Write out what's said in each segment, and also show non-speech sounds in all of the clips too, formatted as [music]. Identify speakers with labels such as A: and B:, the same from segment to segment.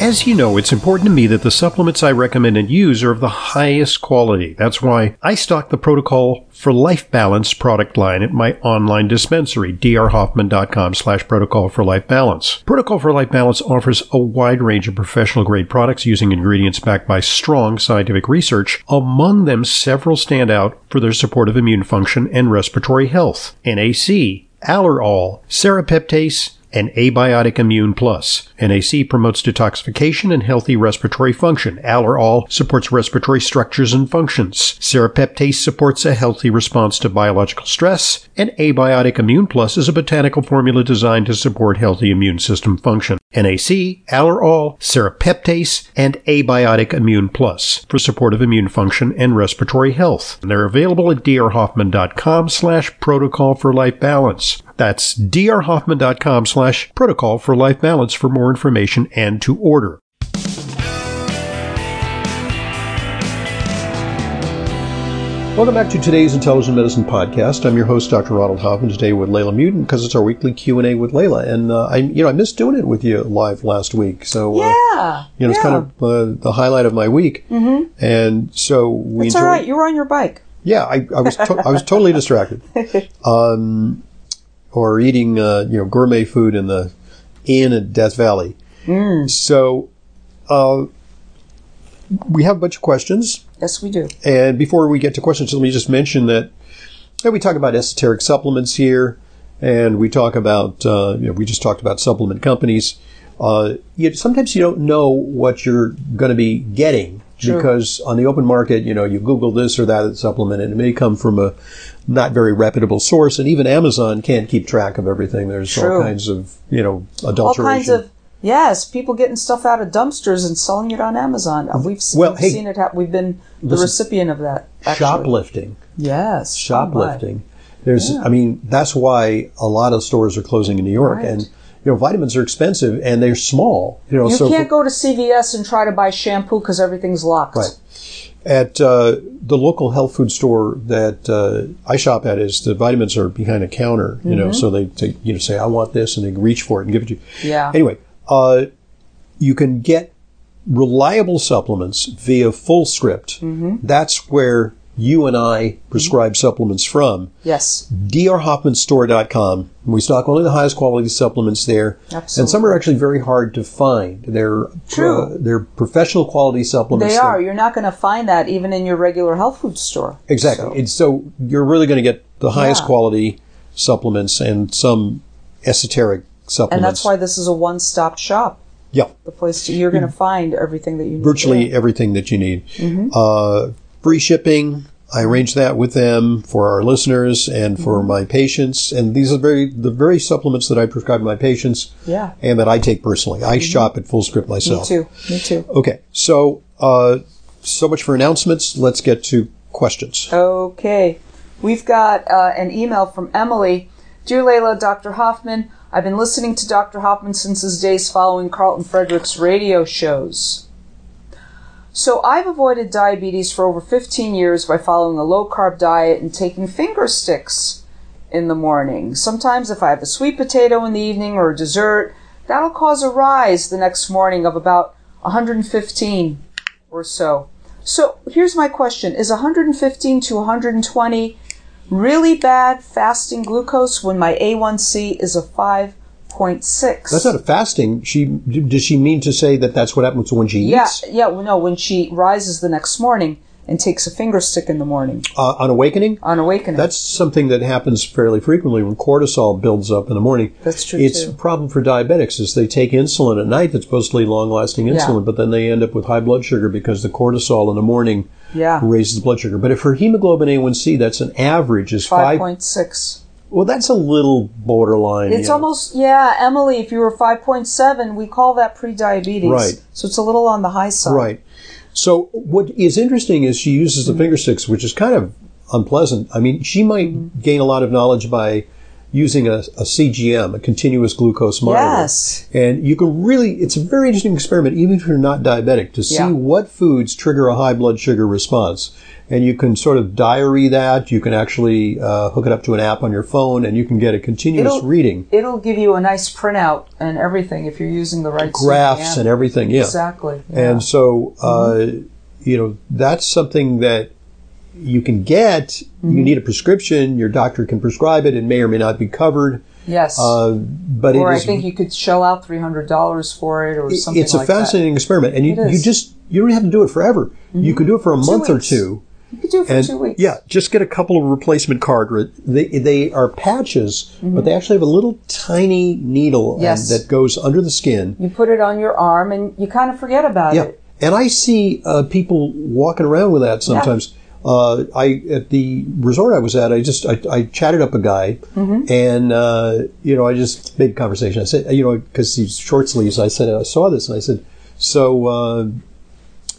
A: As you know, it's important to me that the supplements I recommend and use are of the highest quality. That's why I stock the Protocol for Life Balance product line at my online dispensary, drhoffman.com slash protocol for life balance. Protocol for Life Balance offers a wide range of professional grade products using ingredients backed by strong scientific research, among them several stand out for their support of immune function and respiratory health. NAC, Allerol, Serapeptase, and Abiotic Immune Plus. NAC promotes detoxification and healthy respiratory function. Allerol supports respiratory structures and functions. Serapeptase supports a healthy response to biological stress. And Abiotic Immune Plus is a botanical formula designed to support healthy immune system function. NAC, Allerol, Serapeptase, and Abiotic Immune Plus for supportive immune function and respiratory health. And they're available at drhoffman.com slash protocol for life balance. That's drhoffman.com slash protocol for life balance for more information and to order. Welcome back to today's Intelligent Medicine podcast. I'm your host, Dr. Ronald Hoffman, today with Layla Mutin because it's our weekly Q and A with Layla, and uh, I, you know, I missed doing it with you live last week, so uh,
B: Yeah.
A: you know, it's kind of uh, the highlight of my week.
B: Mm-hmm.
A: And so we
B: It's all
A: enjoyed-
B: right. You were on your bike.
A: Yeah, I, I was to- I was totally
B: [laughs]
A: distracted, um, or eating uh, you know gourmet food in the inn at Death Valley.
B: Mm.
A: So uh, we have a bunch of questions,
B: yes, we do.
A: and before we get to questions, let me just mention that that we talk about esoteric supplements here, and we talk about uh, you know, we just talked about supplement companies. Uh, you, sometimes you don't know what you're going to be getting
B: Sure.
A: because on the open market, you know, you Google this or that supplement, and it may come from a not very reputable source, and even Amazon can't keep track of everything. There's all
B: True.
A: kinds of you know
B: All
A: adulteration.
B: kinds of yes, people getting stuff out of dumpsters and selling it on Amazon. Uh, We've, s-
A: Well,
B: we've
A: hey,
B: seen it happen. We've been the
A: listen.
B: recipient of that. Actually.
A: shoplifting.
B: Yes. Oh,
A: shoplifting. There's, I mean, that's why a lot of stores are closing in New York,
B: Right.
A: and you know, vitamins are expensive and they're small. You know,
B: Oh, my. you
A: so
B: can't go to CVS and try to buy shampoo because everything's locked.
A: Right. at uh, the local health food store that uh, I shop at, is the vitamins are behind a counter. You know,
B: Mm-hmm.
A: so they, they you know say I want this, and they reach for it and give it to you.
B: Yeah.
A: Anyway, uh, you can get reliable supplements via full script.
B: Mm-hmm.
A: That's where you and I prescribe supplements from.
B: Yes.
A: drhoffmanstore.com. We stock only the highest quality supplements there.
B: Absolutely.
A: And some are actually very hard to find. They're
B: True.
A: uh, they're professional quality supplements.
B: They
A: that-
B: are. You're not going to find that even in your regular health food store.
A: Exactly.
B: So-
A: And so you're really going to get the highest
B: Yeah.
A: quality supplements and some esoteric supplements.
B: and that's why this is a one-stop shop.
A: Yeah.
B: The place to, you're going to find everything that you need.
A: virtually
B: there.
A: everything that you need.
B: Mm-hmm.
A: Uh, free shipping. I arrange that with them for our listeners and for
B: Mm-hmm.
A: my patients. And these are very the very supplements that I prescribe to my patients.
B: Yeah.
A: And that I take personally. I shop at Full Script myself.
B: Mm-hmm. Me too. Me too.
A: Okay. So uh, so much for announcements. Let's get to questions.
B: Okay. We've got uh, an email from Emily. Dear Layla, Dr. Hoffman, I've been listening to Dr. Hoffman since his days following Carlton Frederick's radio shows. So I've avoided diabetes for over 15 years by following a low carb diet and taking finger sticks in the morning. Sometimes, if I have a sweet potato in the evening or a dessert, that'll cause a rise the next morning of about 115 or so. So here's my question Is 115 to 120 really bad fasting glucose when my A1C is a 5.6?
A: That's not a fasting. She does she mean to say that that's what happens when she
B: Yeah,
A: eats
B: yeah, well, no, when she rises the next morning and takes a finger stick in the morning
A: uh, on awakening?
B: on awakening.
A: That's something that happens fairly frequently when cortisol builds up in the morning.
B: That's true,
A: It's
B: too.
A: a problem for diabetics is they take insulin at night that's supposedly long-lasting insulin, but then they end up with high blood sugar because the cortisol in the morning
B: yeah,
A: raises the blood sugar. But if her hemoglobin A1C, that's an average is five.
B: 5.6.
A: well, that's a little borderline.
B: It's
A: you know.
B: almost, yeah, Emily, if you were 5.7, we call that prediabetes.
A: Right.
B: So it's a little on the high side.
A: right. So what is interesting is she
B: Mm-hmm. Mm-hmm.
A: uses the finger sticks, which is kind of unpleasant. I mean, she might gain a lot of knowledge by using a, a CGM, a continuous glucose monitor.
B: Yes.
A: And you can really, it's a very interesting experiment, even if you're not diabetic, to see
B: Yeah.
A: what foods trigger a high blood sugar response. And you can sort of diary that. You can actually uh, hook it up to an app on your phone, and you can get a continuous
B: It'll-
A: reading,
B: It'll give you a nice printout and everything if you're using the right
A: graphs,
B: CGM.
A: and everything. Yeah.
B: Exactly. yeah. Mm-hmm.
A: And so, uh, you know, that's something that you can get.
B: Mm-hmm.
A: You need a prescription. Your doctor can prescribe it. It may or may not be covered.
B: yes.
A: Uh, but
B: or
A: it
B: I
A: is,
B: think you could shell out three hundred dollars for it, or something.
A: it's a
B: like that.
A: fascinating experiment. And you,
B: It
A: you
B: is. Mm-hmm.
A: just, you don't have to do it forever. You can do it for a month
B: weeks.
A: or two.
B: You could do it for
A: And
B: two weeks.
A: yeah, just get a couple of replacement card. re- They, they are patches, but they actually have a little tiny needle um,
B: Mm-hmm. Yes.
A: that goes under the skin.
B: You put it on your arm, and you kind of forget about
A: Yeah,
B: it.
A: and I see uh, people walking around with that sometimes. Uh, I at the resort I was at, I just I, I chatted up a guy, and uh, you know I just made conversation. I said, you know, because he's short sleeves. I said I saw this, and I said, so uh,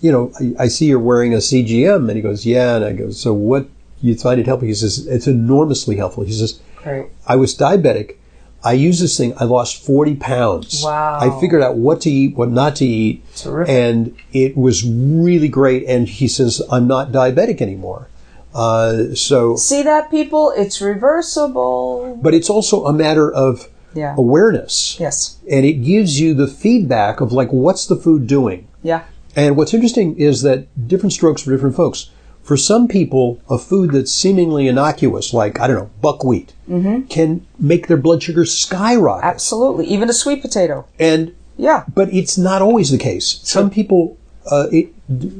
A: you know, I, I see you're wearing a CGM, and he goes, yeah, and I go, so what you find it helpful? He says it's enormously helpful. He says
B: Great.
A: I was diabetic. I used this thing. I lost 40 pounds.
B: Wow.
A: I figured out what to eat, what not to eat.
B: Terrific.
A: And it was really great. And he says, I'm not diabetic anymore. Uh, so,
B: See that, people? It's reversible.
A: but it's also a matter of
B: Yeah.
A: Oh. awareness.
B: Yes.
A: And it gives you the feedback of like, what's the food doing?
B: Yeah.
A: And what's interesting is that different strokes for different folks. For some people, a food that's seemingly innocuous, like, I don't know, buckwheat, can make their blood sugar skyrocket.
B: Absolutely. Even a sweet potato.
A: And
B: Yeah.
A: But it's not always the case. Some people, uh, it,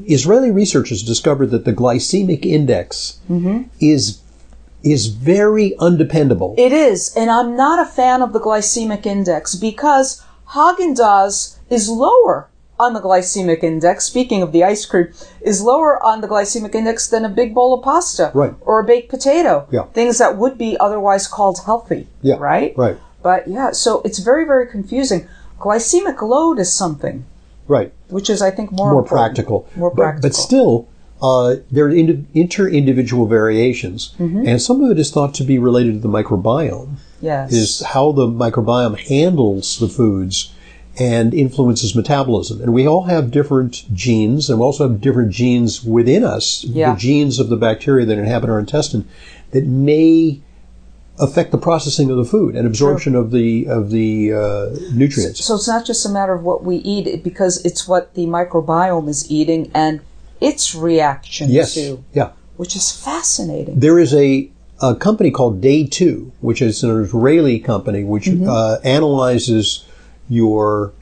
A: Israeli researchers discovered that the glycemic index
B: Mm-hmm.
A: is is very undependable.
B: It is, and I'm not a fan of the glycemic index because Haagen-Dazs is lower on the glycemic index. Speaking of the ice cream, is lower on the glycemic index than a big bowl of pasta,
A: Right.
B: Or a baked potato,
A: Yeah.
B: Things that would be otherwise called healthy,
A: Yeah,
B: Right,
A: right.
B: But yeah, so it's very, very confusing. Glycemic load is something
A: right,
B: which is, I think, more
A: more
B: important.
A: practical.
B: More
A: But-
B: practical.
A: But, still, uh, there are indi- inter-individual variations,
B: Mm-hmm.
A: and some of it is thought to be related to the microbiome,
B: yes,
A: is how the microbiome handles the foods and influences metabolism. And we all have different genes, and we also have different genes within us,
B: Yeah.
A: the genes of the bacteria that inhabit our intestine, that may affect the processing of the food and absorption of the of the uh, nutrients.
B: So it's not just a matter of what we eat it- because it's what the microbiome is eating and its reaction
A: Yes.
B: to,
A: Yeah.
B: which is fascinating.
A: There is a, a company called Day Two, which is an Israeli company which uh, analyzes your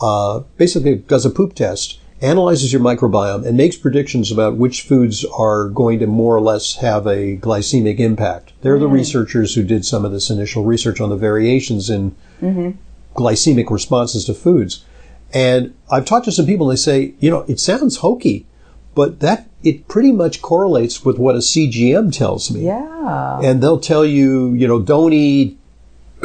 A: uh, basically does a poop test, analyzes your microbiome, and makes predictions about which foods are going to more or less have a glycemic impact. They're the researchers who did some of this initial research on the variations in glycemic responses to foods. And I've talked to some people, and they say, you know, it sounds hokey, but that it pretty much correlates with what a CGM tells me.
B: Yeah.
A: And they'll tell you, you know, don't eat,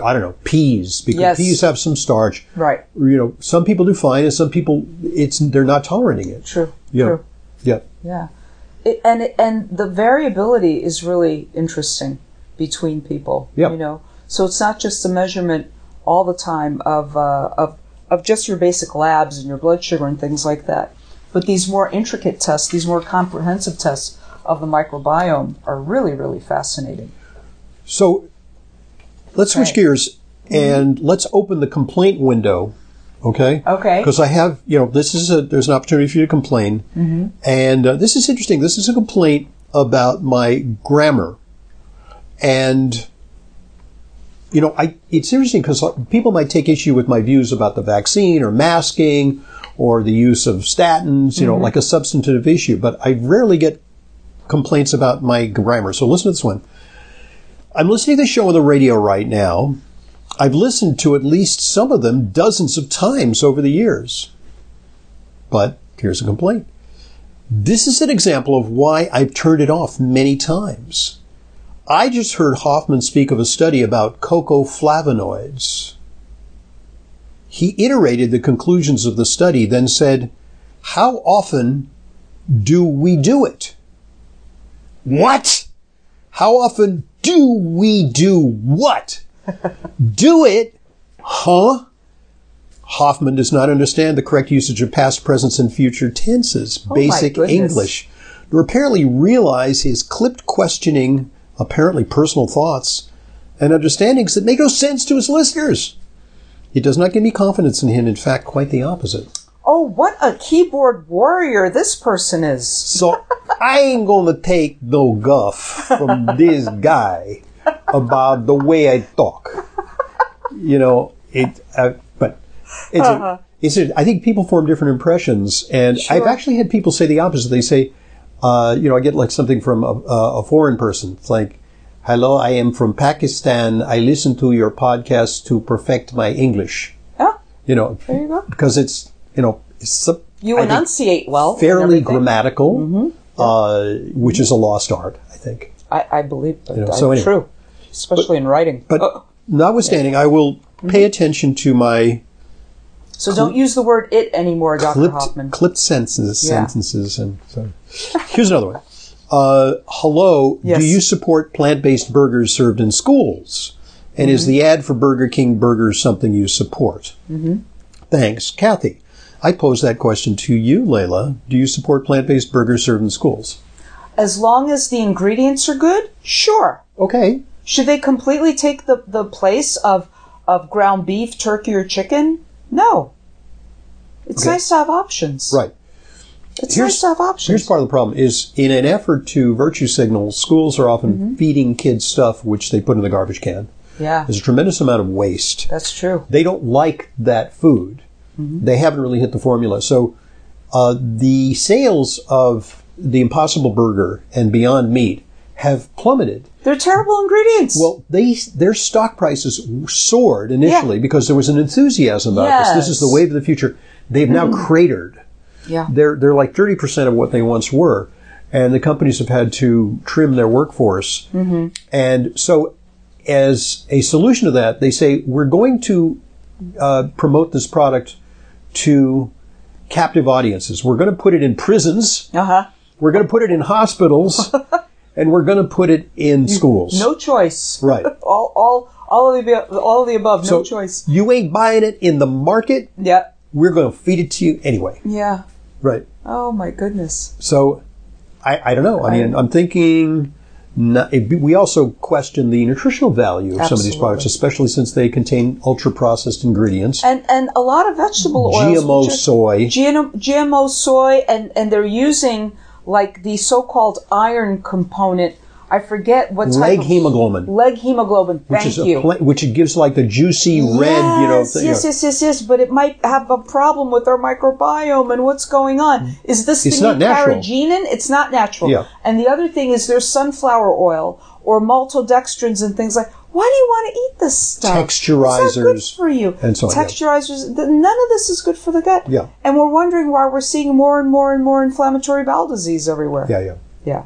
A: I don't know, peas because
B: Yes.
A: peas have some starch.
B: Right.
A: You know, some people do fine, and some people it's they're not tolerating it.
B: True.
A: Yeah.
B: True.
A: Yeah.
B: Yeah. It, and it- and the variability is really interesting between people.
A: Yeah.
B: You know, so it's not just a measurement all the time of uh, of of just your basic labs and your blood sugar and things like that, but these more intricate tests, these more comprehensive tests of the microbiome are really really fascinating.
A: So let's switch
B: Right.
A: gears and let's open the complaint window. Okay.
B: Okay.
A: Because I have, you know, this is a there's an opportunity for you to complain, and uh, this is interesting. This is a complaint about my grammar, and you know, I it's interesting because people might take issue with my views about the vaccine or masking or the use of statins, you know, like a substantive issue. But I rarely get complaints about my grammar. So listen to this one. I'm listening to the show on the radio right now. I've listened to at least some of them dozens of times over the years. But here's a complaint. This is an example of why I've turned it off many times. I just heard Hoffman speak of a study about cocoflavonoids. He iterated the conclusions of the study, then said, How often do we do it? What? [laughs] How often do we do what? Do it? Huh? Hoffman does not understand the correct usage of past, present, and future tenses,
B: Oh my
A: basic
B: goodness.
A: English, nor apparently realize his clipped questioning, apparently personal thoughts, and understandings that make no sense to his listeners. He does not give me confidence in him, in fact, quite the opposite.
B: Oh, what a keyboard warrior this person is.
A: So I ain't gonna take no guff from this guy about the way I talk. You know, it. Uh, but it's. a-
B: Uh-huh.
A: it's. A, I think people form different impressions, and I've
B: Sure.
A: actually had people say the opposite. They say, uh, you know, I get like something from a, a a foreign person. It's like, "Hello, I am from Pakistan. I listen to your podcast to perfect my English."
B: Oh,
A: You know,
B: there you go.
A: because it's you know, it's some-
B: You
A: I think-
B: enunciate well. and
A: fairly
B: everything. Mm-hmm.
A: grammatical, uh, which is a lost art, I think.
B: I, I believe that.
A: know,
B: that's
A: so anyway.
B: true, especially in writing.
A: But
B: Uh,
A: notwithstanding, I will
B: Mm-hmm.
A: pay attention to my
B: so don't use the word it anymore, Dr. Hoffman.
A: clipped, clipped sentences,
B: Yeah.
A: sentences, and so. [laughs] Here's another one. Uh, hello,
B: Yes.
A: do you support plant-based burgers served in schools? And
B: Mm-hmm.
A: is the ad for Burger King burgers something you support? Mm-hmm. Thanks, Kathy. I pose that question to you, Layla. Do you support plant-based burgers served in schools?
B: As long as the ingredients are good, sure.
A: Okay,
B: Should they completely take the, the place of, of ground beef, turkey, or chicken? No. It's
A: Okay.
B: nice to have options.
A: right.
B: It's
A: Here's-
B: nice to have options.
A: Here's part of the problem is in an effort to virtue signal, schools are often feeding kids stuff which they put in the garbage can.
B: yeah,
A: There's a tremendous amount of waste.
B: that's true.
A: They don't like that food. They haven't really hit the formula. So uh, the sales of the Impossible Burger and Beyond Meat have plummeted.
B: They're terrible ingredients.
A: Well, they their stock prices soared initially because there was an enthusiasm about this. This is the
B: Yes.
A: wave of the future. They've now cratered
B: yeah.
A: they're they're like thirty percent of what they once were, and the companies have had to trim their workforce. Mm-hmm. And so, as a solution to that, they say we're going to uh, promote this product to captive audiences. We're going to put it in prisons.
B: Uh huh.
A: We're going to put it in hospitals, and we're going to put it in schools.
B: No choice.
A: Right.
B: [laughs] all, all, all of the, ab- all of the above.
A: So
B: no choice.
A: You ain't buying it in the market.
B: Yeah.
A: We're going to feed it to you anyway.
B: Yeah.
A: Right.
B: Oh my goodness.
A: So, I, I don't know. I mean, I'm thinking. Not, it, we also question the nutritional value of some of these
B: Absolutely.
A: products, especially since they contain ultra processed ingredients,
B: And and a lot of vegetable oils.
A: GMO
B: which are-
A: soy.
B: GNO GMO soy, and, and they're using like the so-called iron component. I forget what type
A: Leg
B: of
A: hemoglobin.
B: leg hemoglobin.
A: which
B: Thank
A: is
B: you.
A: a pla- which it gives like the juicy red, you know.
B: Yes,
A: thing, you
B: yes,
A: know.
B: yes, yes, yes, but it might have a problem with our microbiome and what's going on. Is this
A: Mm. It's
B: the
A: not
B: new
A: natural.
B: carrageenan? It's not natural.
A: Yeah.
B: And the other thing is there's sunflower oil or maltodextrins and things like. Why do you want to eat this stuff? It's not good
A: Texturizers
B: for you.
A: and so on, yeah.
B: Texturizers. th- None of this is good for the gut.
A: Yeah.
B: And we're wondering why we're seeing more and more and more inflammatory bowel disease everywhere.
A: Yeah, yeah.
B: Yeah.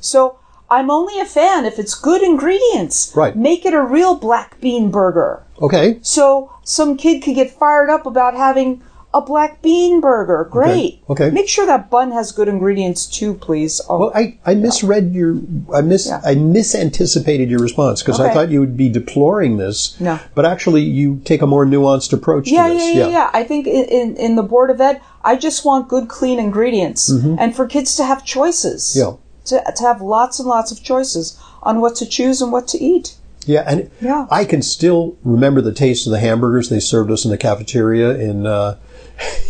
B: So I'm only a fan if it's good ingredients.
A: Right.
B: Make it a real black bean burger.
A: Okay.
B: So some kid could get fired up about having a black bean burger. Great.
A: Okay.
B: Make sure that bun has good ingredients too, please. Oh,
A: Well, I, I misread your I mis
B: Yeah.
A: I misanticipated your response because I
B: Okay.
A: thought you would be deploring this.
B: No.
A: But actually, you take a more nuanced approach
B: yeah,
A: to
B: yeah,
A: this.
B: yeah, yeah, I think in, in, in the Board of Ed, I just want good, clean ingredients and for kids to have choices.
A: Mm-hmm. Yeah.
B: To, to have lots and lots of choices on what to choose and what to eat.
A: Yeah, and
B: Yeah.
A: I can still remember the taste of the hamburgers they served us in the cafeteria in uh,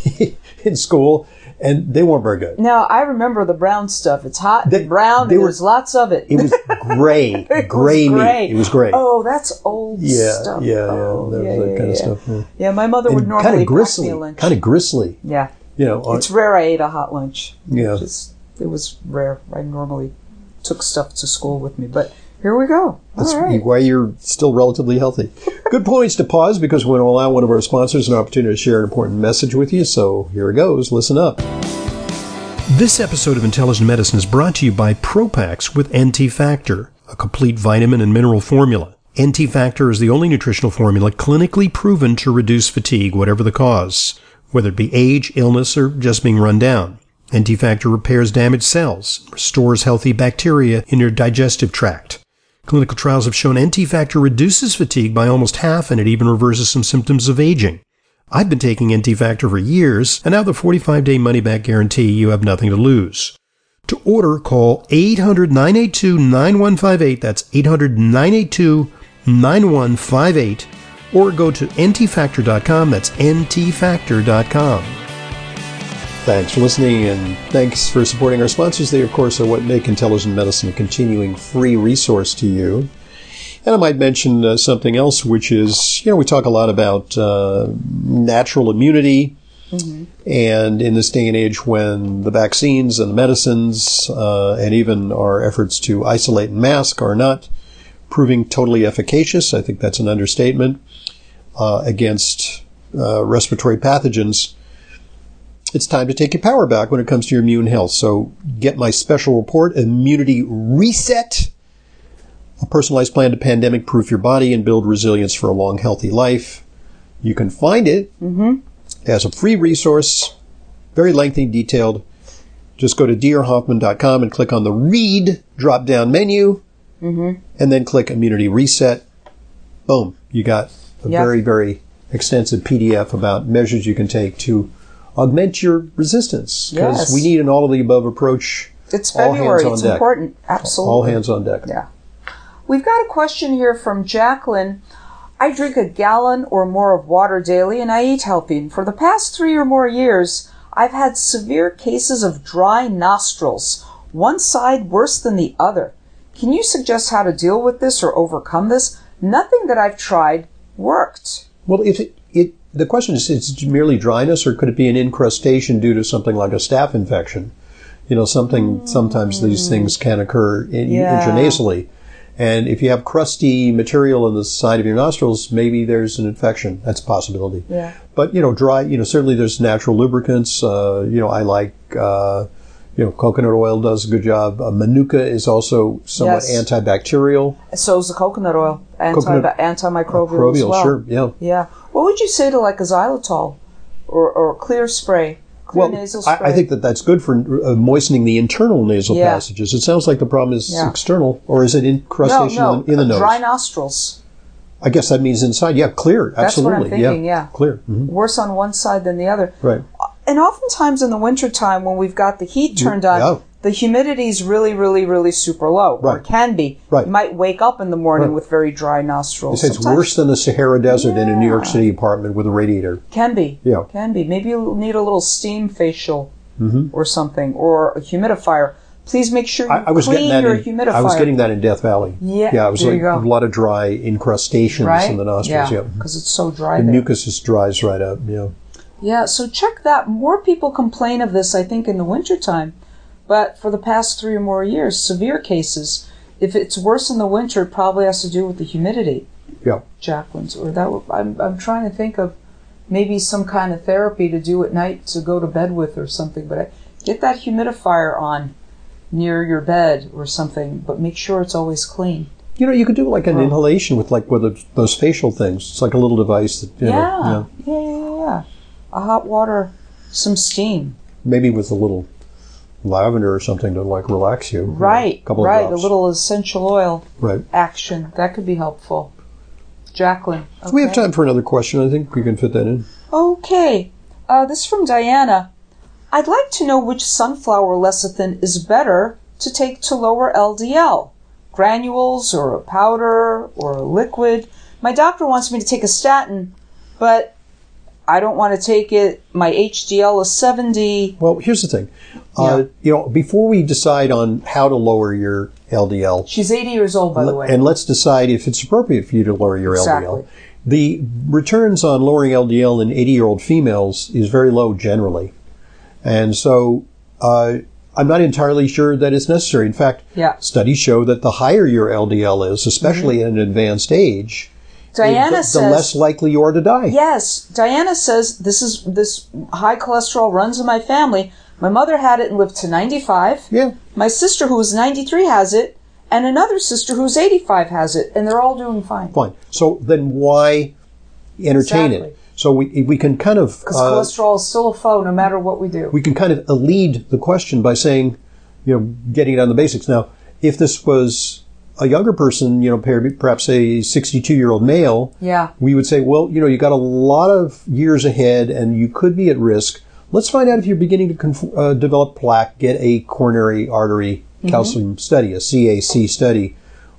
A: [laughs] in school, and they weren't very good.
B: Now, I remember the brown stuff. It's hot
A: They-
B: and brown.
A: they
B: and
A: were-
B: there's lots of it.
A: It
B: [laughs]
A: was gray,
B: It was
A: gray meat. It was gray.
B: Oh, that's old
A: yeah,
B: stuff.
A: yeah, yeah,
B: Oh,
A: There was that kind of stuff. yeah.
B: Yeah, my mother would
A: And
B: normally
A: kind of
B: pack
A: gristly,
B: me a lunch.
A: kind of gristly.
B: yeah,
A: You know, on-
B: it's rare I ate a hot lunch.
A: yeah.
B: Just, it was rare. I normally took stuff to school with me, but here we go.
A: That's
B: All right.
A: why you're still relatively healthy. Good points to pause because we want to allow one of our sponsors an opportunity to share an important message with you. So here it goes. Listen up. This episode of Intelligent Medicine is brought to you by Propax with NT Factor, a complete vitamin and mineral formula. NT Factor is the only nutritional formula clinically proven to reduce fatigue, whatever the cause, whether it be age, illness, or just being run down. NT Factor repairs damaged cells, restores healthy bacteria in your digestive tract. Clinical trials have shown NT Factor reduces fatigue by almost half and it even reverses some symptoms of aging. I've been taking NT Factor for years, and now the 45 day money back guarantee you have nothing to lose. To order, call 800 982 9158. That's 800 982 9158. Or go to ntfactor.com. That's ntfactor.com. Thanks for listening and thanks for supporting our sponsors. They, of course, are what make intelligent medicine a continuing free resource to you. And I might mention uh, something else, which is, you know, we talk a lot about uh, natural immunity. And in this day and age, when the vaccines and the medicines uh, and even our efforts to isolate and mask are not proving totally efficacious, I think that's an understatement, uh, against uh, respiratory pathogens, it's time to take your power back when it comes to your immune health. So get my special report, Immunity Reset a personalized plan to pandemic proof your body and build resilience for a long, healthy life. You can find it as a free resource, very lengthy, detailed. Just go to drhoffman.com and click on the read drop down menu and then click immunity reset. Boom, you got a
B: Yep.
A: very, very extensive PDF about measures you can take to augment your resistance because
B: Yes.
A: we need an all of the above approach.
B: It's
A: All hands
B: February.
A: on
B: It's
A: deck.
B: important. Absolutely.
A: All hands on deck.
B: Yeah. We've got a question here from Jacqueline. I drink a gallon or more of water daily and I eat healthy. For the past three or more years, I've had severe cases of dry nostrils, one side worse than the other. Can you suggest how to deal with this or overcome this? Nothing that I've tried worked.
A: Well, if it, it the question is, is it merely dryness, or could it be an incrustation due to something like a staph infection? You know, something sometimes these things can occur in,
B: Hmm. Yeah.
A: intranasally, and if you have crusty material in the side of your nostrils, maybe there's an infection. That's a possibility.
B: Yeah.
A: But you know, dry. You know, certainly there's natural lubricants. Uh, you know, I like. Uh, you know, coconut oil does a good job. Uh, Manuka is also somewhat
B: Yes.
A: antibacterial.
B: So is the coconut oil, anti-
A: Coconut-
B: antimicrobial as
A: Probial,
B: well.
A: sure, yeah.
B: Yeah. What would you say to like a xylitol or, or clear spray? Clear nasal spray?
A: I, I think that that's good for uh, moistening the internal nasal
B: Yeah.
A: passages. It sounds like the problem is
B: Yeah.
A: external, or is it incrustation
B: no, no,
A: in, the, in the nose?
B: dry nostrils.
A: I guess that means inside. Yeah, clear.
B: That's what I'm
A: Absolutely.
B: thinking, yeah.
A: clear. hmm
B: worse on one side than the other.
A: Right.
B: And oftentimes in the wintertime when we've got the heat turned on,
A: yeah.
B: the humidity is really, really, really super low, or
A: Right.
B: can be.
A: Right.
B: You might wake up in the morning
A: Right.
B: with very dry nostrils.
A: They say it's
B: Sometimes
A: worse than the Sahara Desert in a New York City apartment with a radiator.
B: Can be.
A: Yeah.
B: Can be. Maybe you need a little steam facial or something, or a humidifier. Please make sure you
A: Mm-hmm. I, I was
B: clean
A: getting that.
B: your
A: In,
B: humidifier.
A: I was getting that in Death Valley.
B: Yeah,
A: Yeah. It was
B: there
A: like
B: you go.
A: a lot of dry incrustations
B: right?
A: in the nostrils. Yeah.
B: because it's so dry.
A: The
B: there.
A: mucus just dries right up. Yeah.
B: Yeah, so check that. More people complain of this, I think, in the wintertime. But for the past three or more years, severe cases. If it's worse in the winter, it probably has to do with the humidity.
A: Yeah.
B: Jacqueline's, or that. would- I'm, I'm trying to think of maybe some kind of therapy to do at night to go to bed with or something. But I, get that humidifier on near your bed or something, but make sure it's always clean.
A: You know, you could do like an
B: Wow.
A: inhalation with like with the- those facial things. It's like a little device that you know, yeah.
B: yeah. yeah, yeah, yeah, yeah. A hot water, some steam.
A: maybe with a little lavender or something to like relax you.
B: Right,
A: A couple of
B: right.
A: drops.
B: A little essential oil
A: Right.
B: action that could be helpful. Jacqueline,
A: So we have
B: okay.
A: time for another question. I think we can fit that in.
B: Okay, uh, this is from Diana. I'd like to know which sunflower lecithin is better to take to lower LDL, granules or a powder or a liquid. My doctor wants me to take a statin, but I don't want to take it. My HDL is seventy.
A: Well, here's the thing. Uh, you know, before we decide on how to lower your LDL,
B: She's eighty years old, by the way.
A: and let's decide if it's appropriate for you to lower your
B: Exactly.
A: LDL. The returns on lowering LDL in 80 year old females is very low generally. And so uh, I'm not entirely sure that it's necessary. In fact,
B: Yeah.
A: studies show that the higher your LDL is, especially
B: Mm-hmm.
A: at an advanced age,
B: Diana
A: the, the
B: says
A: less likely you are to die.
B: Yes, Diana says this is this high cholesterol runs in my family. My mother had it and lived to 95.
A: Yeah.
B: My sister who was 93 has it, and another sister who's 85 has it, and they're all doing fine.
A: Fine. So then why entertain
B: Exactly.
A: it? So we, we can kind of
B: Because
A: uh,
B: cholesterol is still a foe no matter what we do.
A: we can kind of elide the question by saying, you know, getting it on the basics. Now, if this was a younger person, you know, per- perhaps a 62 year old male,
B: Yeah.
A: we would say, well, you know, you got a lot of years ahead and you could be at risk. Let's find out if you're beginning to conf- uh, develop plaque, get a coronary artery calcium study, a CAC study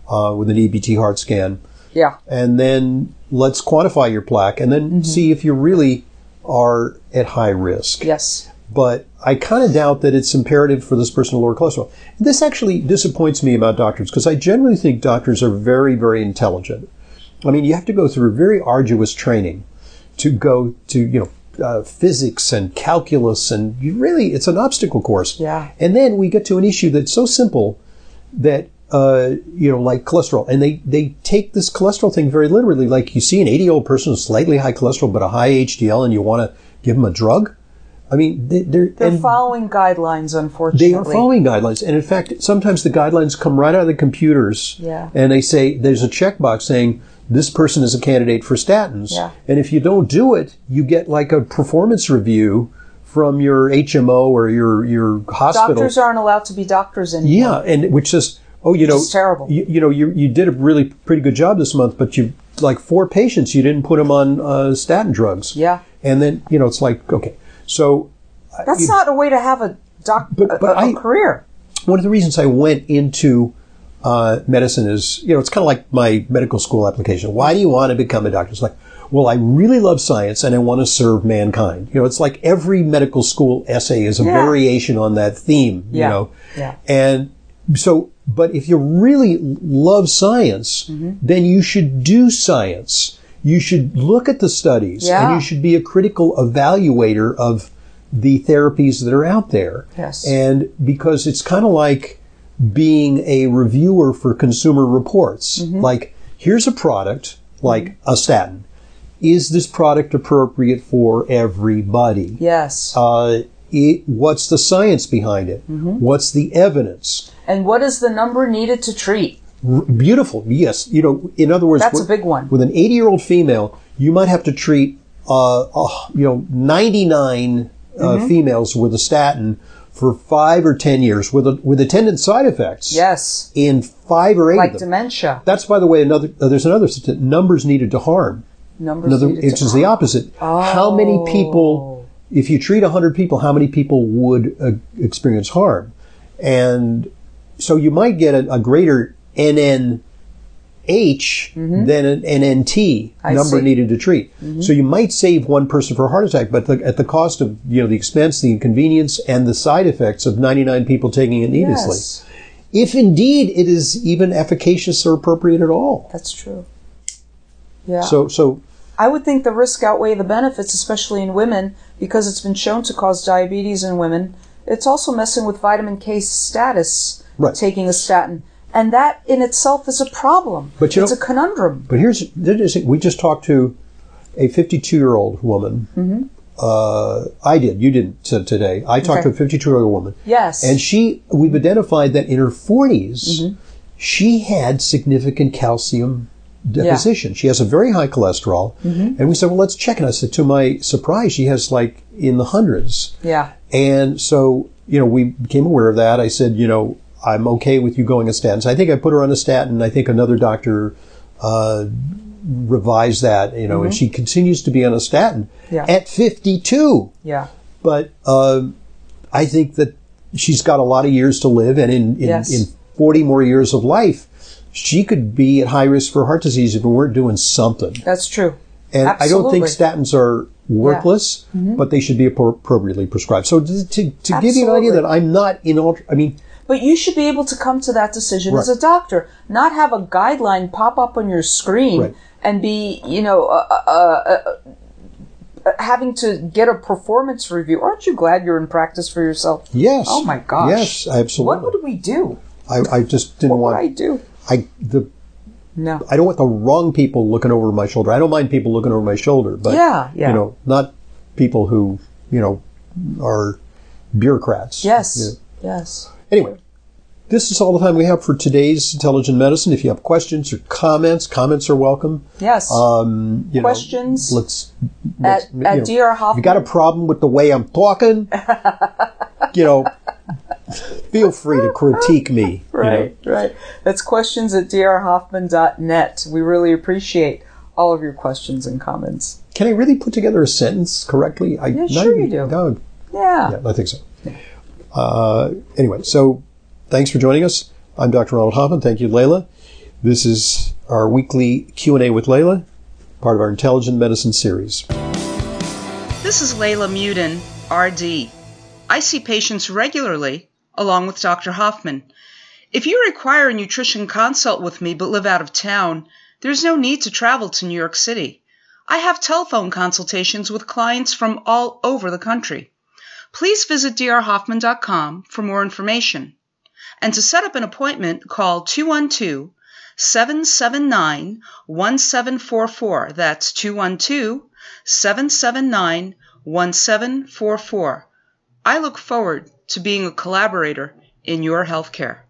A: uh, with an EBT heart scan
B: Yeah.
A: and then let's quantify your plaque and then see if you really are at high risk.
B: Yes.
A: But I kind of doubt that it's imperative for this person to lower cholesterol. This actually disappoints me about doctors because I generally think doctors are very, very intelligent. I mean, you have to go through very arduous training to go to, you know, uh, physics and calculus and you really, it's an obstacle course.
B: Yeah.
A: And then we get to an issue that's so simple that uh, you know, like cholesterol, and they they take this cholesterol thing very literally. Like you see an eighty year old person with slightly high cholesterol but a high HDL, and you want to give them a drug. I mean, they, they're
B: They're
A: and
B: following guidelines, unfortunately.
A: they are following guidelines, and in fact, sometimes the guidelines come right out of the computers.
B: Yeah.
A: and they say there's a checkbox saying this person is a candidate for statins.
B: Yeah.
A: and if you don't do it, you get like a performance review from your HMO or your your hospital.
B: Doctors aren't allowed to be doctors anymore.
A: Yeah, and which is oh, you know,
B: is terrible.
A: You, you know, you you did a really pretty good job this month, but you like four patients, you didn't put them on uh, statin drugs.
B: Yeah.
A: and then you know it's like okay, so
B: That's not a way to have a doc
A: But- but
B: a- a
A: I-
B: career.
A: one of the reasons I went into uh, medicine is, you know, it's kind of like my medical school application. Why do you want to become a doctor? It's like, well, I really love science and I want to serve mankind. You know, it's like every medical school essay is a
B: Yeah.
A: variation on that theme,
B: Yeah.
A: you know.
B: Yeah.
A: And so, but if you really love science,
B: Mm-hmm.
A: then you should do science. You should look at the studies and
B: Yeah.
A: you should be a critical evaluator of the therapies that are out there.
B: Yes.
A: And because it's kind of like being a reviewer for consumer reports.
B: Mm-hmm.
A: Like, here's a product, like a statin. Is this product appropriate for everybody?
B: Yes.
A: Uh, it, what's the science behind it?
B: Mm-hmm.
A: What's the evidence?
B: and what is the number needed to treat?
A: R- beautiful, yes. You know, in other words,
B: That's a
A: with-
B: big one.
A: With an 80 year old female, you might have to treat, uh, uh, you know, 99
B: Mm-hmm.
A: uh, females with a statin for five or 10 years with, a, with attendant side effects.
B: Yes.
A: In five or eight
B: Like
A: of them.
B: dementia.
A: That's, by the way, another, uh, there's another statistic, numbers needed to harm.
B: Numbers
A: Another,
B: needed
A: which
B: to Oh.
A: is the opposite. How many people, if you treat 100 people, how many people would uh, experience harm? And so you might get a, a greater NNH than an NNT
B: Mm-hmm. I
A: number
B: see. Mm-hmm.
A: needed to treat. So you might save one person for a heart attack, but the, at the cost of you know the expense, the inconvenience, and the side effects of 99 people taking it needlessly.
B: Yes.
A: If indeed it is even efficacious or appropriate at all.
B: That's true. Yeah.
A: So so
B: I would think the risk outweigh the benefits, especially in women, because it's been shown to cause diabetes in women. It's also messing with vitamin K status,
A: Right.
B: taking a statin. And that in itself is a problem.
A: But you
B: it's
A: know-
B: a conundrum.
A: But here's there is- we just talked to a 52 year old woman. Uh, I did. You didn't t- today. I talked to
B: Okay.
A: a 52 year old woman,
B: Yes.
A: and she we've identified that in her 40s she had significant calcium deposition. She has a very high cholesterol, and we said, well, let's check. And I said, to my surprise, she has like in the hundreds.
B: yeah.
A: And so, you know, we became aware of that. I said, you know, I'm okay with you going on statins. I think I put her on a statin. I think another doctor uh, revised that, you know, and she continues to be on a statin
B: Mm-hmm. Yeah.
A: at 52.
B: Yeah.
A: But uh, I think that she's got a lot of years to live, and in, in,
B: Yes.
A: in 40 more years of life, she could be at high risk for heart disease if we weren't doing something.
B: That's true.
A: And I don't think
B: Absolutely. Mm-hmm.
A: statins are worthless, but they should be appro- appropriately prescribed. So to, to, to give you an idea
B: Absolutely.
A: that I'm not in all, I mean,
B: But you should be able to come to that decision
A: Right.
B: as a doctor, not have a guideline pop up on your screen
A: Right.
B: and be, you know, uh, uh, uh, uh, having to get a performance review. Aren't you glad you're in practice for yourself?
A: yes.
B: Oh my gosh.
A: Yes,
B: What
A: absolutely.
B: would we do?
A: I, I just didn't
B: What would I
A: want,
B: do?
A: I, the,
B: No.
A: I don't want the wrong people looking over my shoulder. I don't mind people looking over my shoulder, but,
B: Yeah, yeah.
A: you know, not people who, you know, are bureaucrats. Yeah.
B: Yes. Yes.
A: Anyway, this is all the time we have for today's Intelligent Medicine. If you have questions or comments, comments are welcome.
B: Yes.
A: Um, you know,
B: Questions?
A: let's,
B: at
A: let's- you
B: at
A: know,
B: Dr.
A: You got a
B: Hoffman. [laughs]
A: problem with the way I'm talking? you know, feel free to critique me. you know.
B: Right, right. That's questions at drhoffman.net. We really appreciate all of your questions and comments.
A: Can I really put together a sentence correctly? I,
B: Yeah,
A: not
B: sure you do.
A: no,
B: Yeah.
A: yeah, I think so. Uh, anyway, so thanks for joining us. I'm Dr. Ronald Hoffman. Thank you, Layla. This is our weekly Q&A with Layla, part of our Intelligent Medicine series.
B: This is Layla Mudin, RD. I see patients regularly, along with Dr. Hoffman. If you require a nutrition consult with me but live out of town, there's no need to travel to New York City. I have telephone consultations with clients from all over the country. Please visit drhoffman.com for more information. And to set up an appointment, call 212 779 1744. That's 212 779 1744. I look forward to being a collaborator in your healthcare.